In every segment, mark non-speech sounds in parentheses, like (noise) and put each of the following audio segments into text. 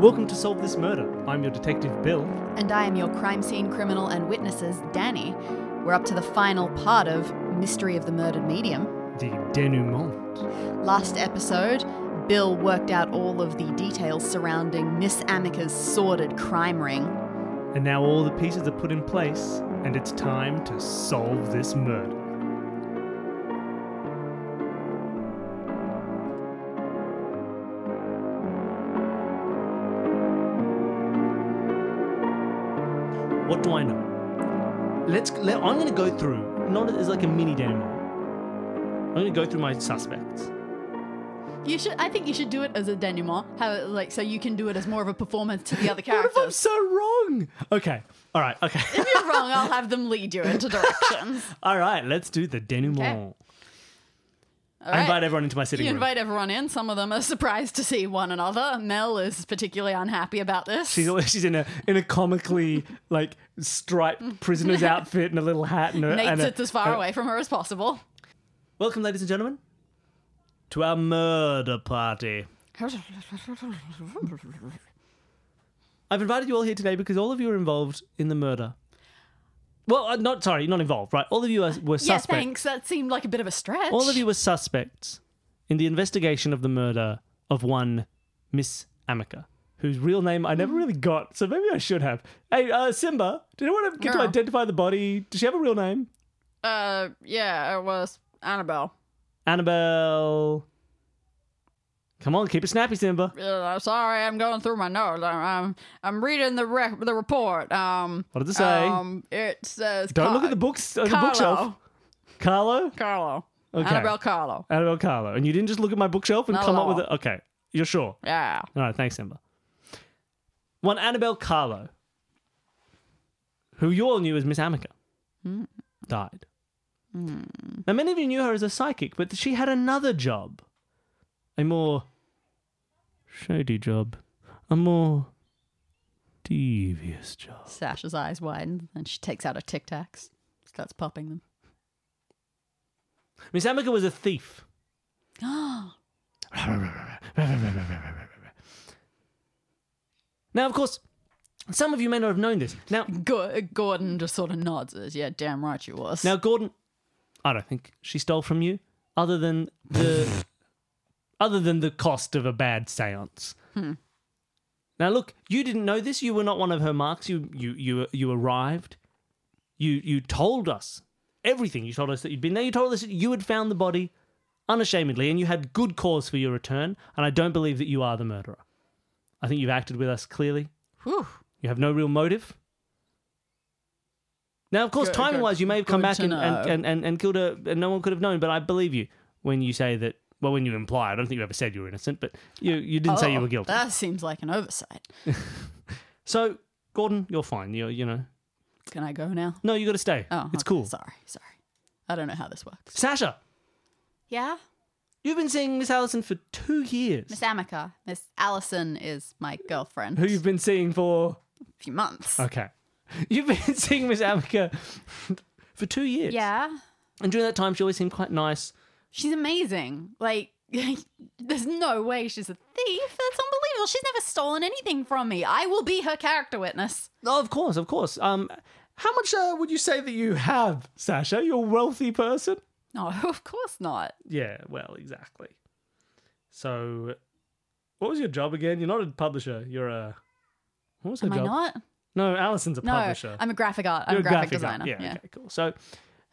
Welcome to Solve This Murder. I'm your detective, Bill. And I am your crime scene criminal and witnesses, Danny. We're up to the final part of Mystery of the Murdered Medium. The denouement. Last episode, Bill worked out all of the details surrounding Miss Amica's sordid crime ring. And now all the pieces are put in place, and it's time to solve this murder. What do I know? Let's. Let, I'm going to go through not as like a mini demo. I'm going to go through my suspects. You should. I think you should do it as a denouement. How like so you can do it as more of a performance to the (laughs) What other if I'm characters. so wrong? Okay. All right. Okay. (laughs) if you're wrong, I'll have them lead you into (laughs) directions. All right. Let's do the denouement. All I right. invite everyone into my sitting you room. invite everyone in. Some of them are surprised to see one another. Mel is particularly unhappy about this. She's al- she's in a in a comically like (laughs) striped prisoner's outfit and a little hat and a, Nate and uh, a- sits as far and a- away from her as possible. Welcome, ladies and gentlemen, to our murder party. I've invited you all here today because all of you are involved in the murder. Well, uh, not sorry, not involved, right? All of you are, were Yeah, suspects. thanks. That seemed like a bit of a stretch. All of you were suspects in the investigation of the murder of one Miss Amica, whose real name I never Mm. really got, so maybe I should have. Hey, uh, Simba, did anyone get to No. identify the body? Does she have a real name? Uh, yeah, it was Annabelle. Annabelle. Come on, keep it snappy, Simba. Uh, sorry, I'm going through my notes. I'm I'm, I'm reading the rec- the report. Um, What did it say? Um, it says Don't Car- look at the books on the Carlo. bookshelf. Carlo? Carlo. Okay. Annabelle Carlo. Annabelle Carlo. And you didn't just look at my bookshelf and Not come at up with all. it. Okay. You're sure. Yeah. All right, thanks, Simba. One Annabelle Carlo, who you all knew as Miss Amica, died. Now, many of you knew her as a psychic, but she had another job. A more shady job. A more devious job. Sasha's eyes widen and she takes out her Tic Tacs, starts popping them. Miss Amica was a thief. now, of course, some of you may not have known this. Now, Go- Gordon just sort of nods. Says, yeah, damn right you was. now, Gordon, I don't think she stole from you, other than the, other than the cost of a bad séance. Now, look, you didn't know this. You were not one of her marks. You, you, you, you arrived. You, you told us everything. You told us that you'd been there. You told us that you had found the body, unashamedly, and you had good cause for your return. And I don't believe that you are the murderer. I think you've acted with us clearly. Whew. You have no real motive. Now, of course, Good- timing wise, you may have come good back to and, and, know. and, and, and killed her, and no one could have known, but I believe you when you say that. Well, when you imply, I don't think you ever said you were innocent, but you, you didn't say you Oh, were guilty. That seems like an oversight. So, Gordon, you're fine. You're, you know. Can I go now? No, you got to stay. Oh, it's okay. cool. Sorry, sorry. I don't know how this works. Sasha, Yeah, you've been seeing Miss Allison for two years. Miss Amica, Miss Allison is my girlfriend. who Oh, you've been seeing for. A few months. Okay. (laughs) You've been seeing Miss Amica (laughs) for two years. Yeah, And during that time, she always seemed quite nice. she's amazing. Like, (laughs) there's no way she's a thief. That's unbelievable. She's never stolen anything from me. I will be her character witness. Oh, of course, of course. Um, how much uh, would you say that you have, Sasha? You're a wealthy person. No, (laughs) of course not. Yeah, well, exactly. So, what was your job again? You're not a publisher. You're a what was her Am I job? not? No, Alison's a No, publisher. I'm a graphic art. I'm You're a graphic, art. designer. Yeah, Okay, cool. So,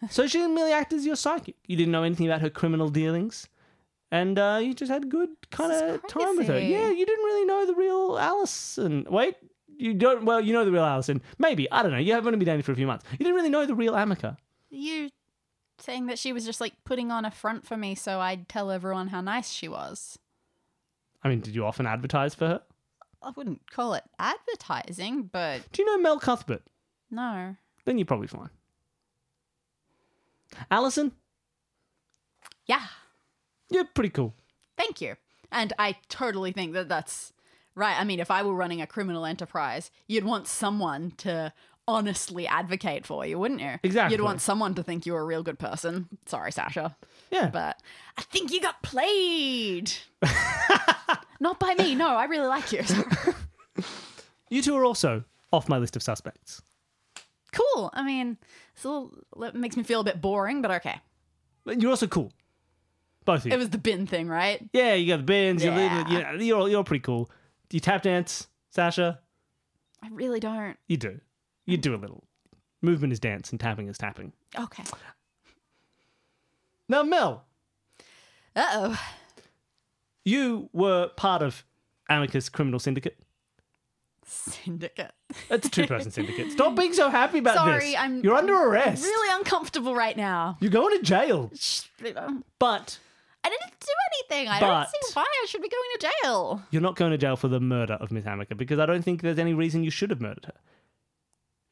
so she didn't really act as your psychic. You didn't know anything about her criminal dealings, and uh, you just had good kind is of time with her. crazy. Yeah, you didn't really know the real Allison. Wait, you don't. Well, you know the real Allison. Maybe I don't know. You haven't only been dating for a few months. You didn't really know the real Amica. You saying that she was just like putting on a front for me so I'd tell everyone how nice she was. I mean, did you often advertise for her? I wouldn't call it advertising, but Do you know Mel Cuthbert? no. Then you're probably fine. Allison, Yeah, you're pretty cool. thank you. And I totally think that that's right. I mean, if I were running a criminal enterprise, you'd want someone to honestly advocate for you, wouldn't you? Exactly. You'd want someone to think you were a real good person. Sorry, Sasha. Yeah. But I think you (laughs) got played. Not by me. No, I really like you. You two are also off my list of suspects. Cool. I mean, it's a little, it makes me feel a bit boring, but okay. But you're also cool. Both of you. It was the bin ththing, right? yeah, you got the bins, you're Yeah. leading, you're, you're, you're pretty cool. Do you tap dance, Sasha? I really don't. You do. You do a little. Movement is dance and tapping is tapping. Okay. Now, Mel, Uh oh. you were part of Amicus Criminal Syndicate. Syndicate. It's a two (laughs) person syndicate. Stop being so happy about this. Sorry, I'm. You're I'm under arrest. Really uncomfortable right now. You're going to jail. Shh, um, But I didn't do anything. I But- don't see why I should be going to jail. you're not going to jail for the murder of Miss Amica because I don't think there's any reason you should have murdered her.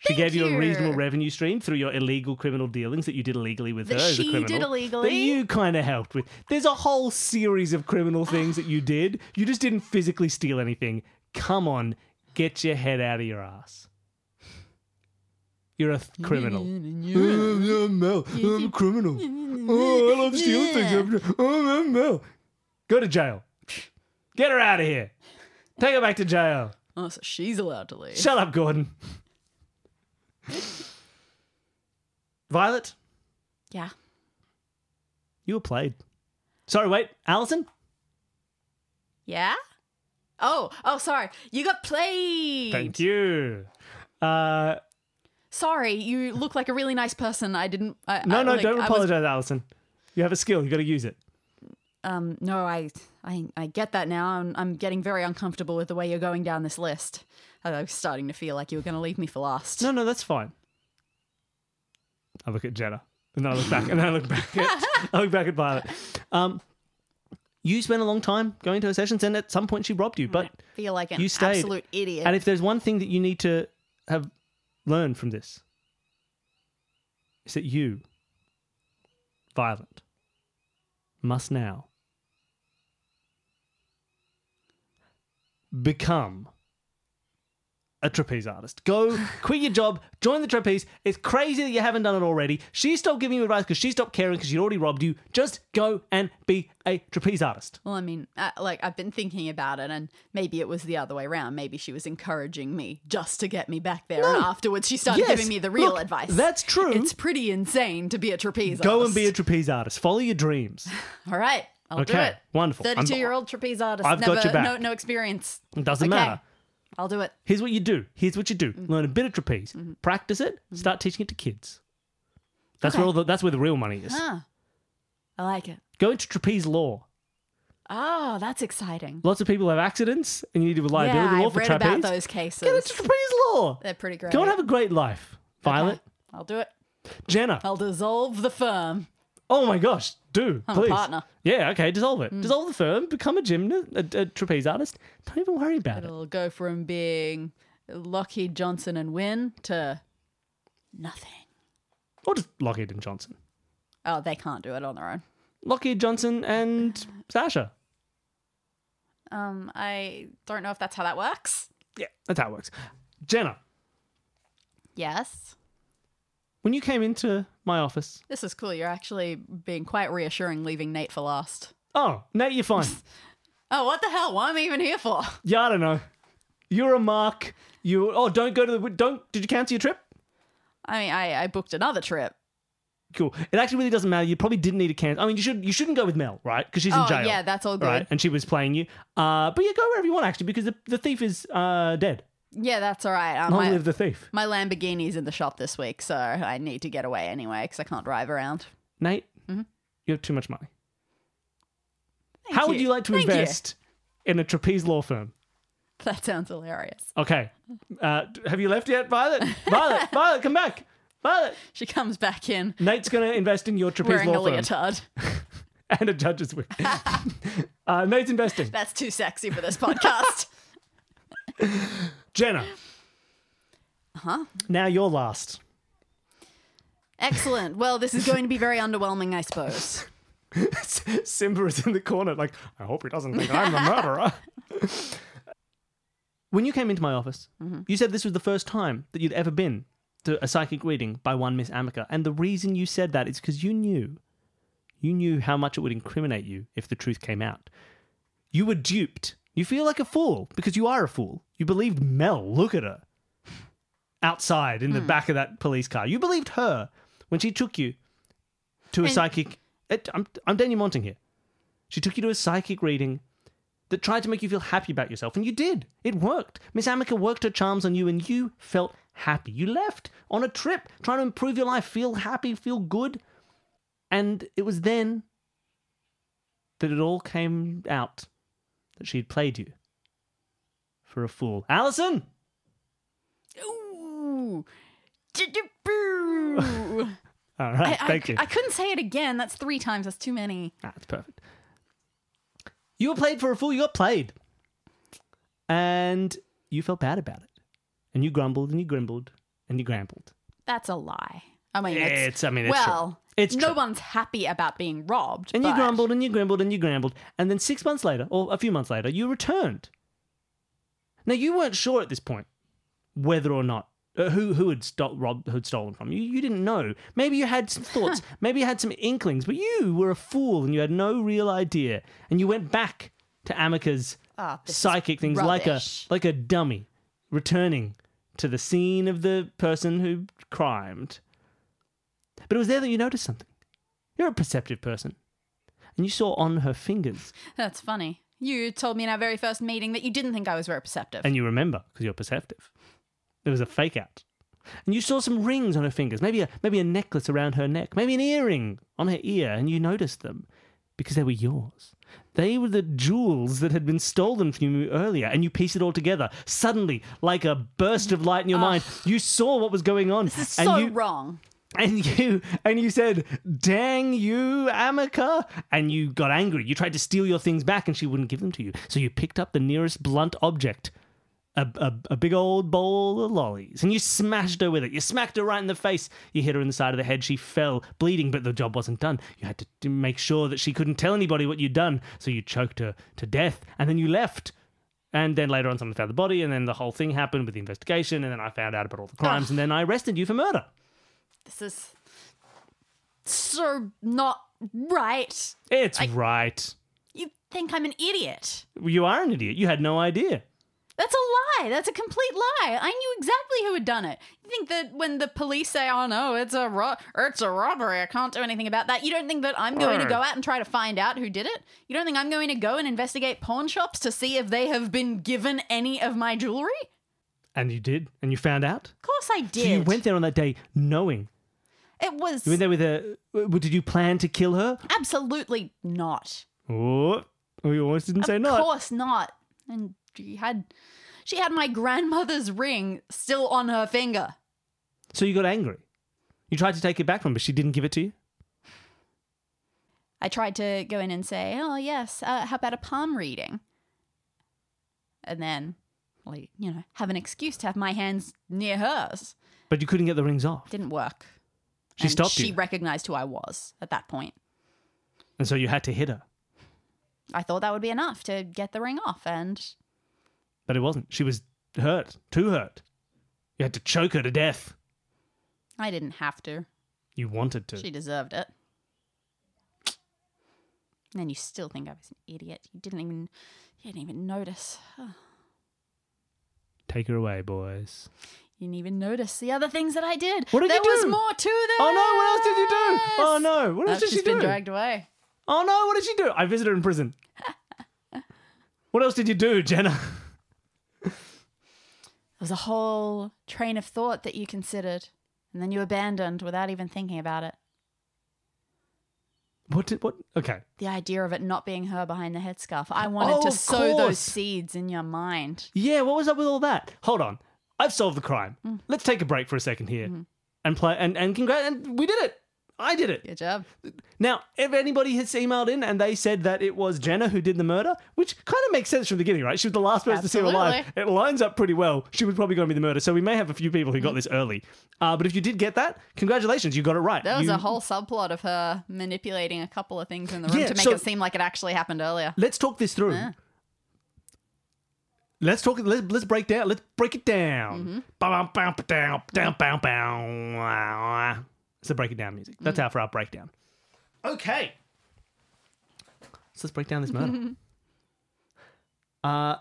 She Thank gave you a reasonable you. revenue stream through your illegal criminal dealings that you did illegally with That her. as a she criminal, did That illegally. you kind of helped with. There's a whole series of criminal things that you did. You just didn't physically steal anything. Come on, get your head out of your ass. You're a th- criminal. Oh, I'm Mel. I'm a criminal. Oh, I love stealing things. I'm- Oh, I'm Mel. Go to jail. Get her out of here. Take her back to jail. (laughs) Oh, so she's allowed to leave. Shut up, Gordon. Violet, yeah. you were played. Sorry, wait, Allison. Yeah? Oh, oh, sorry. You got played. Thank you. Uh, Sorry, you look like a really nice person. I didn't. I, no, I, no, like, don't I was- apologize, Allison. You have a skill. You got to use it. um, no, I, I, I get that now. I'm, I'm getting very uncomfortable with the way you're going down this list. I was starting to feel like you were going to leave me for last. No, no, that's fine. I look at Jenna, and then I look back, and then I look back at I look back at Violet. Um, you spent a long time going to her sessions, and at some point she robbed you. But feel like an You stayed. absolute idiot. and if there's one thing that you need to have learned from this, is that you, Violet, must now become a trapeze artist. Go (laughs) quit your job, join the trapeze. It's crazy that you haven't done it already. She stopped giving you advice because she stopped caring because she'd already robbed you. Just go and be a trapeze artist. well, I mean, I, like I've been thinking about it, and maybe it was the other way around. Maybe she was encouraging me just to get me back there, and afterwards she started Yes, giving me the real look, advice. that's true. It's pretty insane to be a trapeze. Go and be a artist. trapeze artist. Follow your dreams. All right, I'll do Okay, it. wonderful. I'm- Thirty-two-year-old trapeze artist. I've got Never, your back. No, no experience. It doesn't Okay. Mm-hmm. matter. I'll do it. Here's what you do. Here's what you do. Learn a bit of trapeze. Mm-hmm. Practice it. Start teaching it to kids. That's where Okay. all the, that's where the real money is. Huh. I like it. Go into trapeze law. Oh, that's exciting. Lots of people have accidents, and you need to do liability yeah, law I've for read trapeze. about those Get cases. into trapeze law. They're pretty great. Go and have a great life, Violet, I'll do it. Jenna. I'll dissolve the firm. Oh my gosh, do I'm a please. partner. Mm. Yeah, okay. Dissolve it. Dissolve the firm. Become a gymnast, a, a trapeze artist. Don't even worry about it. It'll go from being Lockheed Johnson and Wynn to nothing. Or just Lockheed and Johnson. Oh, they can't do it on their own. Lockheed Johnson and Sasha. Um, I don't know if that's how that works. Yeah, that's how it works. Jenna, Yes. when you came into my office This is cool. You're actually being quite reassuring leaving Nate for last. Oh, Nate, you're fine. Oh, what the hell? What am I even here for? yeah, I don't know. You're a mark. You oh, don't go to the don't. Did you cancel your trip? I mean, I, I booked another trip. Cool. It actually really doesn't matter. You probably didn't need to cancel. I mean, you should you shouldn't go with Mel, right? Because she's in Oh, jail. yeah, that's all good. right. And she was playing you. Uh, but yeah, go wherever you want actually, because the, the thief is uh dead. Yeah, that's all right. Um, Long my, live the thief. my Lamborghini's in the shop this week, so I need to get away anyway because I can't drive around. (laughs) Nate, you have too much money. How would you. you like to Mm-hmm. Thank you. invest in a trapeze law firm? That sounds hilarious. Okay. Uh, d- have you left yet, Violet? (laughs) Violet, Violet, come back. Violet, She comes back in Nate's gonna invest in your trapeze wearing a law firm. leotard. (laughs) and a judge's (laughs) wig. uh, Nate's investing. That's too sexy for (laughs) this podcast. Jenna. Huh? Now you're last. (laughs) Excellent. Well, this is going to be very underwhelming, I suppose. Simba is in the corner, like, I hope he doesn't think (laughs) I'm the murderer. when you came into my office, Mm-hmm. you said this was the first time that you'd ever been to a psychic reading by one Miss Amica. And the reason you said that is because you knew. You knew how much it would incriminate you if the truth came out. You were duped You feel like a fool because you are a fool. You believed Mel. Look at her. Outside in the back of that police car. You believed her when she took you to a And- psychic. It, I'm, I'm Daniel Monting here. She took you to a psychic reading that tried to make you feel happy about yourself, and you did. It worked. Miss Amica worked her charms on you, and you felt happy. You left on a trip trying to improve your life, feel happy, feel good. And it was then that it all came out that she'd played you for a fool. Allison! Ooh. Boo. (laughs) All right, I, I- thank you. I couldn't say it again. That's three times. That's too many. That's perfect. You were played for a fool. You got played. And you felt bad about it. And you grumbled and you grumbled and you grumbled. That's a lie. I mean, it's, It's- I mean, it's true. well, It's no true. one's happy about being robbed. And but- you grumbled and you grumbled and you grumbled. And then six months later, or a few months later, you returned. Now, you weren't sure at this point whether or not. Uh, who who had sto- robbed who'd stolen from you? You didn't know. Maybe you had some thoughts. maybe you had some inklings. But you were a fool and you had no real idea. And you went back to Amica's Ah, this is psychic things like a rubbish. like a dummy returning to the scene of the person who crimed. But it was there that you noticed something. You're a perceptive person. And you saw on her fingers, That's funny. You told me in our very first meeting that you didn't think I was very perceptive. and you remember because you're perceptive. It was a fake out. And you saw some rings on her fingers, maybe a maybe a necklace around her neck, maybe an earring on her ear, and you noticed them because they were yours. They were the jewels that had been stolen from you earlier, and you pieced it all together. Suddenly, like a burst of light in your mind, you saw what was going on. Ah. this is and so you, wrong. and (laughs) you and you said, "Dang you, Amica!" And you got angry. You tried to steal your things back, and she wouldn't give them to you. So you picked up the nearest blunt object, a, a, a big old bowl of lollies, and you smashed her with it. You smacked her right in the face. You hit her in the side of the head. She fell, bleeding, but the job wasn't done. You had to d- make sure that she couldn't tell anybody what you'd done. So you choked her to death, and then you left. And then later on, someone found the body, and then the whole thing happened with the investigation. And then I found out about all the crimes, and then I arrested you for murder. This is so not right. It's right. You think I'm an idiot. You are an idiot. You had no idea. That's a lie. That's a complete lie. I knew exactly who had done it. You think that when the police say, "Oh no, it's a ro- it's a robbery. I can't do anything about that." You don't think that I'm going to Right. go out and try to find out who did it? You don't think I'm going to go and investigate pawn shops to see if they have been given any of my jewelry? And you did, and you found out. Of course I did. So you went there on that day knowing. It was You went there with a. w- Did you plan to kill her? absolutely not. Oh, we almost didn't say Of no. course not. And she had she had my grandmother's ring still on her finger. So you got angry. You tried to take it back from her, but she didn't give it to you. I tried to go in and say, "Oh yes, uh, how about a palm reading?" And then, like you know, have an excuse to have my hands near hers. But you couldn't get the rings off. Didn't work. She And stopped She you. recognized who I was at that point. And so you had to hit her. I thought that would be enough to get the ring off, and But it wasn't. She was hurt. Too hurt. You had to choke her to death. I didn't have to. You wanted to. She deserved it. And then you still think I was an idiot. You didn't even you didn't even notice. Take her away, boys. You didn't even notice the other things that I did. What did there you was do? more to this. Oh no! What else did you do? Oh no! What Oh, else did she she's do? been dragged away. Oh no, what did she do? I visited her in prison. what else did you do, Jenna? There's a whole train of thought that you considered, and then you abandoned without even thinking about it. What did what okay. The idea of it not being her behind the headscarf. I wanted Oh, to of sow course. those seeds in your mind. Yeah, what was up with all that? Hold on. I've solved the crime. Mm. Let's take a break for a second here. Mm-hmm. And play and, and congrats and we did it. I did it. Good job. Now, if anybody has emailed in and they said that it was Jenna who did the murder, which kind of makes sense from the beginning, right? She was the last person to see her alive. It lines up pretty well. She was probably going to be the murderer, so we may have a few people who Mm-hmm. got this early. Uh, but if you did get that, congratulations, you got it right. There was You- a whole subplot of her manipulating a couple of things in the room Yeah, to make so- it seem like it actually happened earlier. let's talk this through. Let's talk. Let's, let's break down. Let's break it Mm-hmm. down. Bow, bow, bow, down, down, bow, bow, wow. It's the break it down music. Mm. That's how for our breakdown. (laughs) Okay. So let's break down this murder. Uh,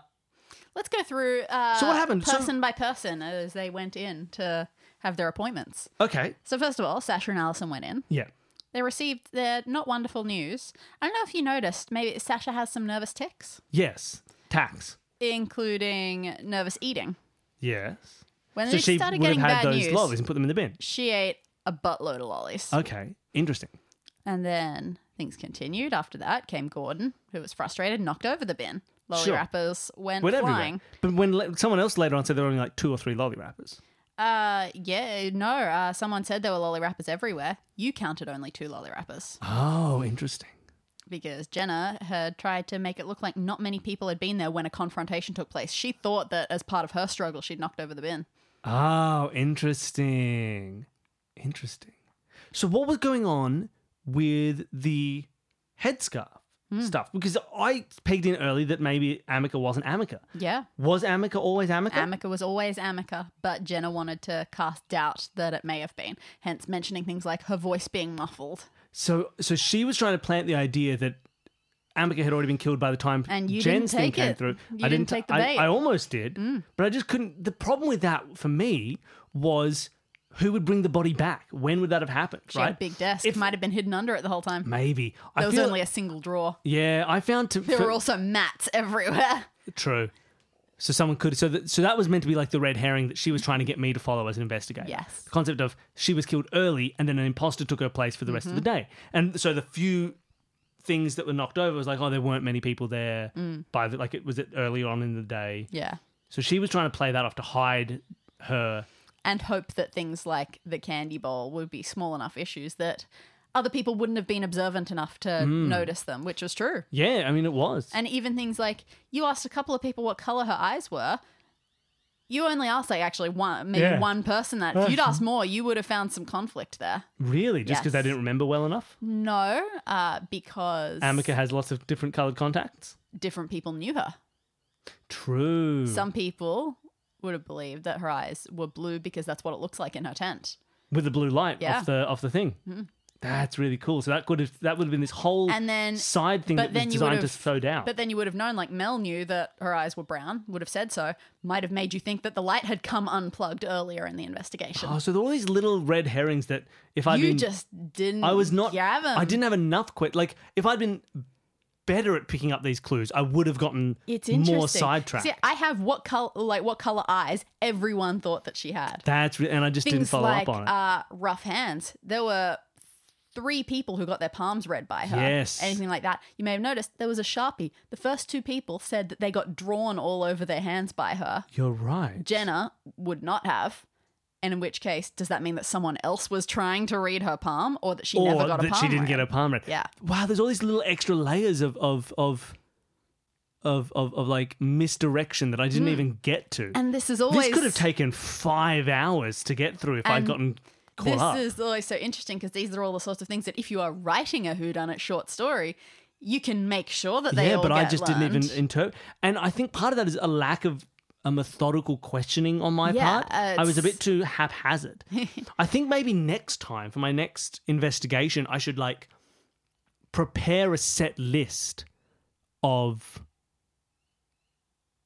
Let's go through uh, So what happened? So- person by person as they went in to have their appointments. okay. So, first of all, Sasha and Allison went in. Yeah. They received their not wonderful news. I don't know if you noticed, maybe Sasha has some nervous tics, Yes. Tax. including nervous eating. Yes. When so they she started would have getting had bad those news, lollies Oh. and put them in the bin. she ate a buttload of lollies. Okay. Interesting. and then things continued. After that came Gordon, who was frustrated, knocked over the bin. Lolly Sure. wrappers went Went everywhere. flying. But when le- someone else later on said there were only like two or three lolly wrappers. Uh, yeah, no. Uh, someone said there were lolly wrappers everywhere. You counted only two lolly wrappers Oh, interesting. because Jenna had tried to make it look like not many people had been there when a confrontation took place. She thought that as part of her struggle, she'd knocked over the bin. Oh, interesting. Interesting. So, what was going on with the headscarf Hmm. stuff? Because I pegged in early that maybe Amica wasn't Amica. Yeah. Was Amica always Amica? Amica was always Amica, but Jenna wanted to cast doubt that it may have been, hence mentioning things like her voice being muffled. so, so she was trying to plant the idea that Amica had already been killed by the time And you Jen's didn't thing take came it. through. You I didn't didn't take the I- bait. Hmm. I, almost did, but I just couldn't. The problem with that for me was who would bring the body back? When would that have happened? She had a right? big desk. It might have been hidden under it the whole time. Maybe I There was feel- only a single drawer. yeah. I found (laughs) to There for- were also mats (laughs) everywhere. True. So someone could. So that so that was meant to be like the red herring that she was trying to get me to follow as an investigator. Yes. The concept of she was killed early and then an imposter took her place for the rest of the Mm-hmm. day. And so the few things that were knocked over was like, oh, there weren't many people there Mm. by the like it was it early on in the day. Yeah. So she was trying to play that off to hide her. And hope that things like the candy bowl would be small enough issues that other people wouldn't have been observant enough to Hmm. notice them, which was true. Yeah, I mean it was. And even things like you asked a couple of people what color her eyes were. You only asked like actually one, maybe Yeah. Oh, one person that. If you'd asked more, you would have found some conflict there. really, just because Yes. they didn't remember well enough. No, uh, because Amica has lots of different colored contacts. different people knew her. True. Some people would have believed that her eyes were blue because that's what it looks like in her tent. with the blue light Yeah. Mm-hmm. off the off the thing. That's really cool. So that could have that would have been this whole And then- side thing that but then was you designed to would've- slow down. But then you would have known, like Mel knew that her eyes were brown, would have said so, might have made you think that the light had come unplugged earlier in the investigation. oh, so there were all these little red herrings that if I'd you been just didn't. I was not grab 'em. I didn't have enough quit like if I'd been better at picking up these clues, I would have gotten It's interesting. more sidetracked. See, I have what color, like what color eyes everyone thought that she had. That's re- and I just Things didn't follow like up on it. Uh, rough hands. There were three people who got their palms read by her. Yes. Anything like that. You may have noticed there was a sharpie. The first two people said that they got drawn all over their hands by her. You're right. Jenna would not have. And in which case, does that mean that someone else was trying to read her palm, or that she or never got a that palm? she didn't read? get a palm read. Yeah. Wow, there's all these little extra layers of of of of of, of like misdirection that I Mm. didn't even get to. And this is This always could have taken five hours to get through if I'd And gotten caught This up. is always so interesting because these are all the sorts of things that if you are writing a whodunit short story, you can make sure that they yeah, all but I get just didn't learned. even interpret. And I think part of that is a lack of a methodical questioning on my Yeah, part. uh, I was a it's- bit too (laughs) haphazard. I think maybe next time for my next investigation, I should like prepare a set list of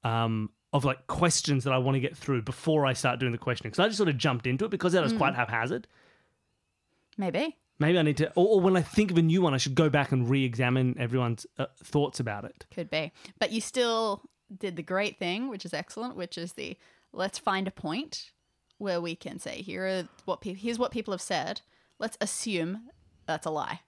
um of like questions that I want to get through before I start doing the questioning. Because I just sort of jumped into it because that was Mm. quite haphazard. Maybe. Maybe I need to, or, or when I think of a new one, I should go back and re-examine everyone's uh, thoughts about it. Could be. But you still did the great thing, which is excellent, which is the let's find a point where we can say here are what pe- here's what people have said. Let's assume that's a lie.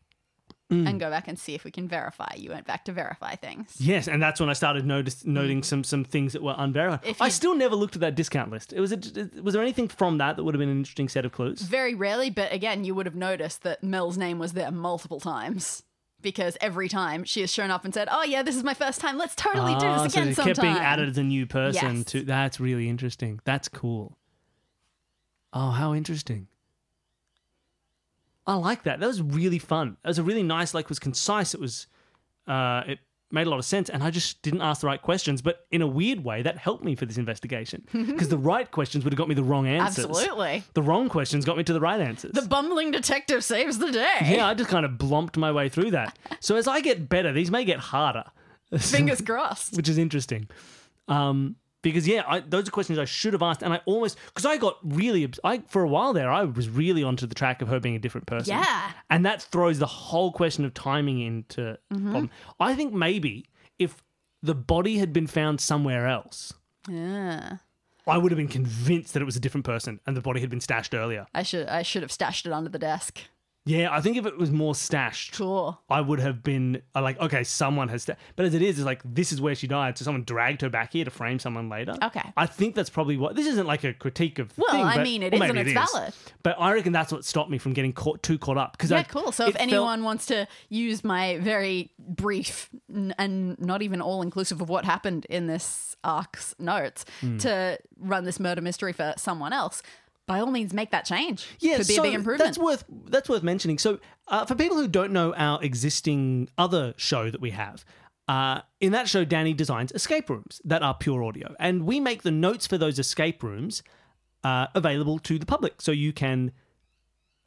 Mm. And go back and see if we can verify. You went back to verify things. Yes, and that's when I started notice, noting some some things that were unverified. Mm. If I you- still never looked at that discount list. It was a, was there anything from that that would have been an interesting set of clues? Very rarely, but again, you would have noticed that Mel's name was there multiple times because every time she has shown up and said, "Oh yeah, this is my first time. Let's totally do Ah, this so again it sometime." kept being added as a new person. Yes. To that's really interesting. That's cool. Oh, how interesting! I like that. That was really fun. It was a really nice, like, was concise. It was, uh, it made a lot of sense, and I just didn't ask the right questions. But in a weird way, that helped me for this (laughs) investigation because the right questions would have got me the wrong answers. Absolutely. The wrong questions got me to the right answers. The bumbling detective saves the day. (laughs) yeah, I just kind of blomped my way through that. So as I get better, these may get harder. Fingers crossed. which is interesting. Um, because yeah, I, those are questions I should have asked, and I almost because I got really obs- I for a while there I was really onto the track of her being a different person. Yeah. and that throws the whole question of timing into problem. I think maybe if the body had been found somewhere else, Yeah. I would have been convinced that it was a different person, and the body had been stashed earlier. I should I should have stashed it under the desk. Yeah, I think if it was more stashed, Cool. I would have been uh, like, okay, someone has. Sta-. But as it is, it's like this is where she died, so someone dragged her back here to frame someone later. Okay. I think that's probably what. This isn't like a critique of. The Well, thing, I but- mean, it or is maybe and it it's is. valid. But I reckon that's what stopped me from getting caught too caught up. Because Yeah, cool. So if anyone wants to use my very brief n- and not even all inclusive of what happened in this arc's notes Hmm. to run this murder mystery for someone else, by all means make that change. yeah, could be so a big improvement. That's worth that's worth mentioning. So uh, for people who don't know our existing other show that we have. Uh, in that show, Danny designs escape rooms that are pure audio, and we make the notes for those escape rooms uh, available to the public, so you can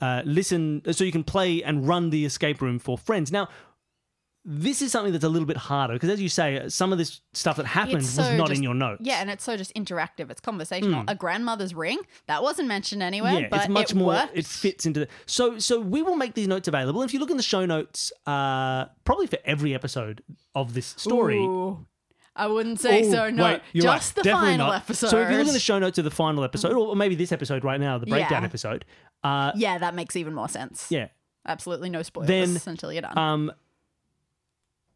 uh, listen, so you can play and run the escape room for friends. Now, this is something that's a little bit harder because, as you say, some of this stuff that happened It's was so not just- in your notes. Yeah, and it's so just interactive. It's conversational. A grandmother's ring that wasn't mentioned anywhere, Hmm. yeah, but it's much it more. worked. It fits into the. So, so we will make these notes available. If you look in the show notes, uh, probably for every episode of this story. Ooh. I wouldn't say Ooh, so. No, wait, you're just right. the Definitely final not. episode. So, if you look in the show notes of the final episode, or maybe this episode right now, the breakdown Yeah. episode. Uh, yeah, that makes even more sense. yeah, Absolutely no spoilers Then, until you're done. um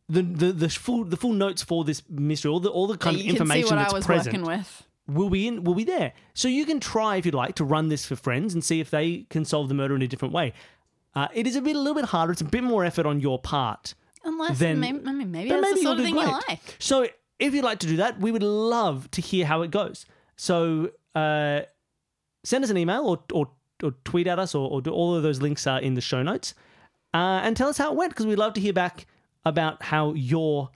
the, the the full the full notes for this mystery, all the all the kind you of information can see what that's I was present working with. will be in will be there. So you can try if you'd like to run this for friends and see if they can solve the murder in a different way. Uh, it is a bit a little bit harder. It's a bit more effort on your part. Unless Then- maybe, I mean, maybe But maybe that's the you'll sort of do thing great. you like. So if you'd like to do that, we would love to hear how it goes. So uh, send us an email or or, or tweet at us or, or do, all of those links are in the show notes. Uh, and tell us how it went because we'd love to hear back about how your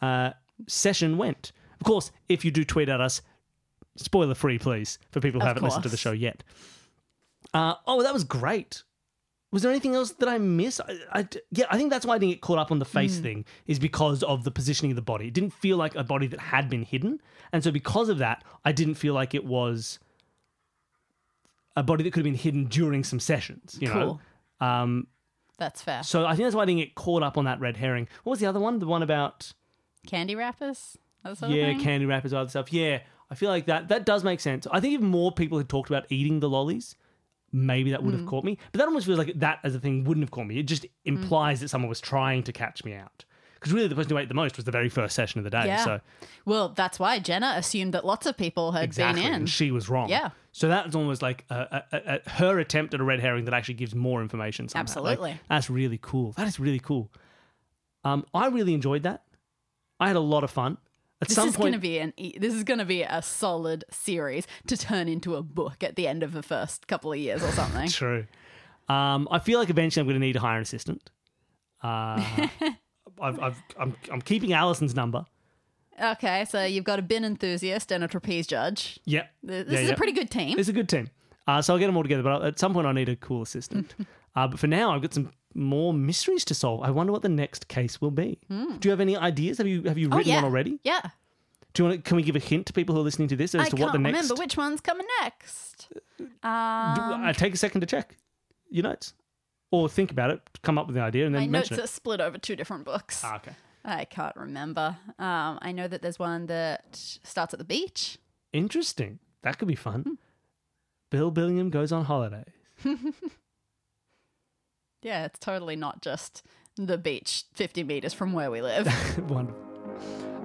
uh, session went. Of course, if you do tweet at us, spoiler free, please, for people who Of haven't listened to the course. show yet. Uh, oh, that was great. Was there anything else that I missed? I, I- yeah, I think that's why I didn't get caught up on the face thing, is because of the positioning of the body. It didn't feel like a body that had been hidden. And so, because of that, I didn't feel like it was a body that could have been hidden during some sessions, you know? Um, That's fair. so, I think that's why I didn't get caught up on that red herring. What was the other one? The one about, Candy wrappers? That sort yeah, of thing? candy wrappers, other stuff. Yeah, I feel like that, that does make sense. I think if more people had talked about eating the lollies, maybe that would Mm. have caught me. But that almost feels like that as a thing wouldn't have caught me. It just implies that someone was trying to catch me out. Because really, the person who ate the most was the very first session of the day. Yeah. So well, that's why Jenna assumed that lots of people had exactly, been in. and she was wrong. Yeah. So that's almost like a, a, a, a- her attempt at a red herring that actually gives more information. Somehow. Like, Absolutely. that's really cool. That is really cool. Um, I really enjoyed that. I had a lot of fun. At This some is point, going to be an e- this is going to be a solid series to turn into a book at the end of the first couple of years or (laughs) something. True. Um, I feel like eventually I'm going to need to hire an assistant. Uh, (laughs) I've, I've, I'm, I'm keeping Alison's number. okay, so you've got a bin enthusiast and a trapeze judge. Yep. Th- This Yeah, is yeah. a pretty good team. It's a good team. Uh, so I'll get them all together, but at some point I need a cool (laughs) assistant. uh, but for now, I've got some more mysteries to solve. I wonder what the next case will be. Do you have any ideas? Have you have you Hmm. Oh, written yeah. one already? Yeah. Do you want? To, can we give a hint to people who are listening to this as I to can't what the next? remember which one's coming next. Do- Um, uh, take a second to check your notes, or think about it, come up with an idea, and then my notes mention it. are split over two different books. Ah, okay. I can't remember. Um, I know that there's one that starts at the beach. Interesting. That could be fun. Bill Billingham goes on holiday. (laughs) Yeah, it's totally not just the beach 50 meters from where we live. Wonderful.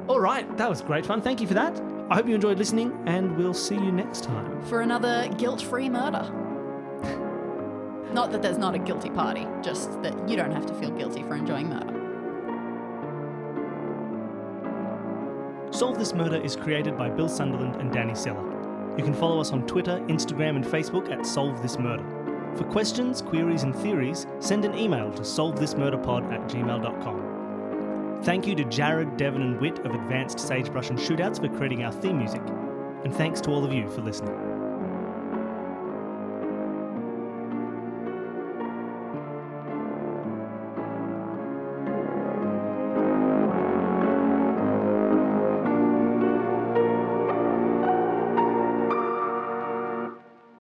All right, that was great fun. Thank you for that. I hope you enjoyed listening, and we'll see you next time. for another guilt free murder. Not that there's not a guilty party, just that you don't have to feel guilty for enjoying murder. Solve This Murder is created by Bill Sunderland and Danny Seller. You can follow us on Twitter, Instagram, and Facebook at Solve This Murder. For questions, queries, and theories, send an email to solvethismurderpod at gmail.com. Thank you to Jared, Devon, and Witt of Advanced Sagebrush and Shootouts for creating our theme music, and thanks to all of you for listening.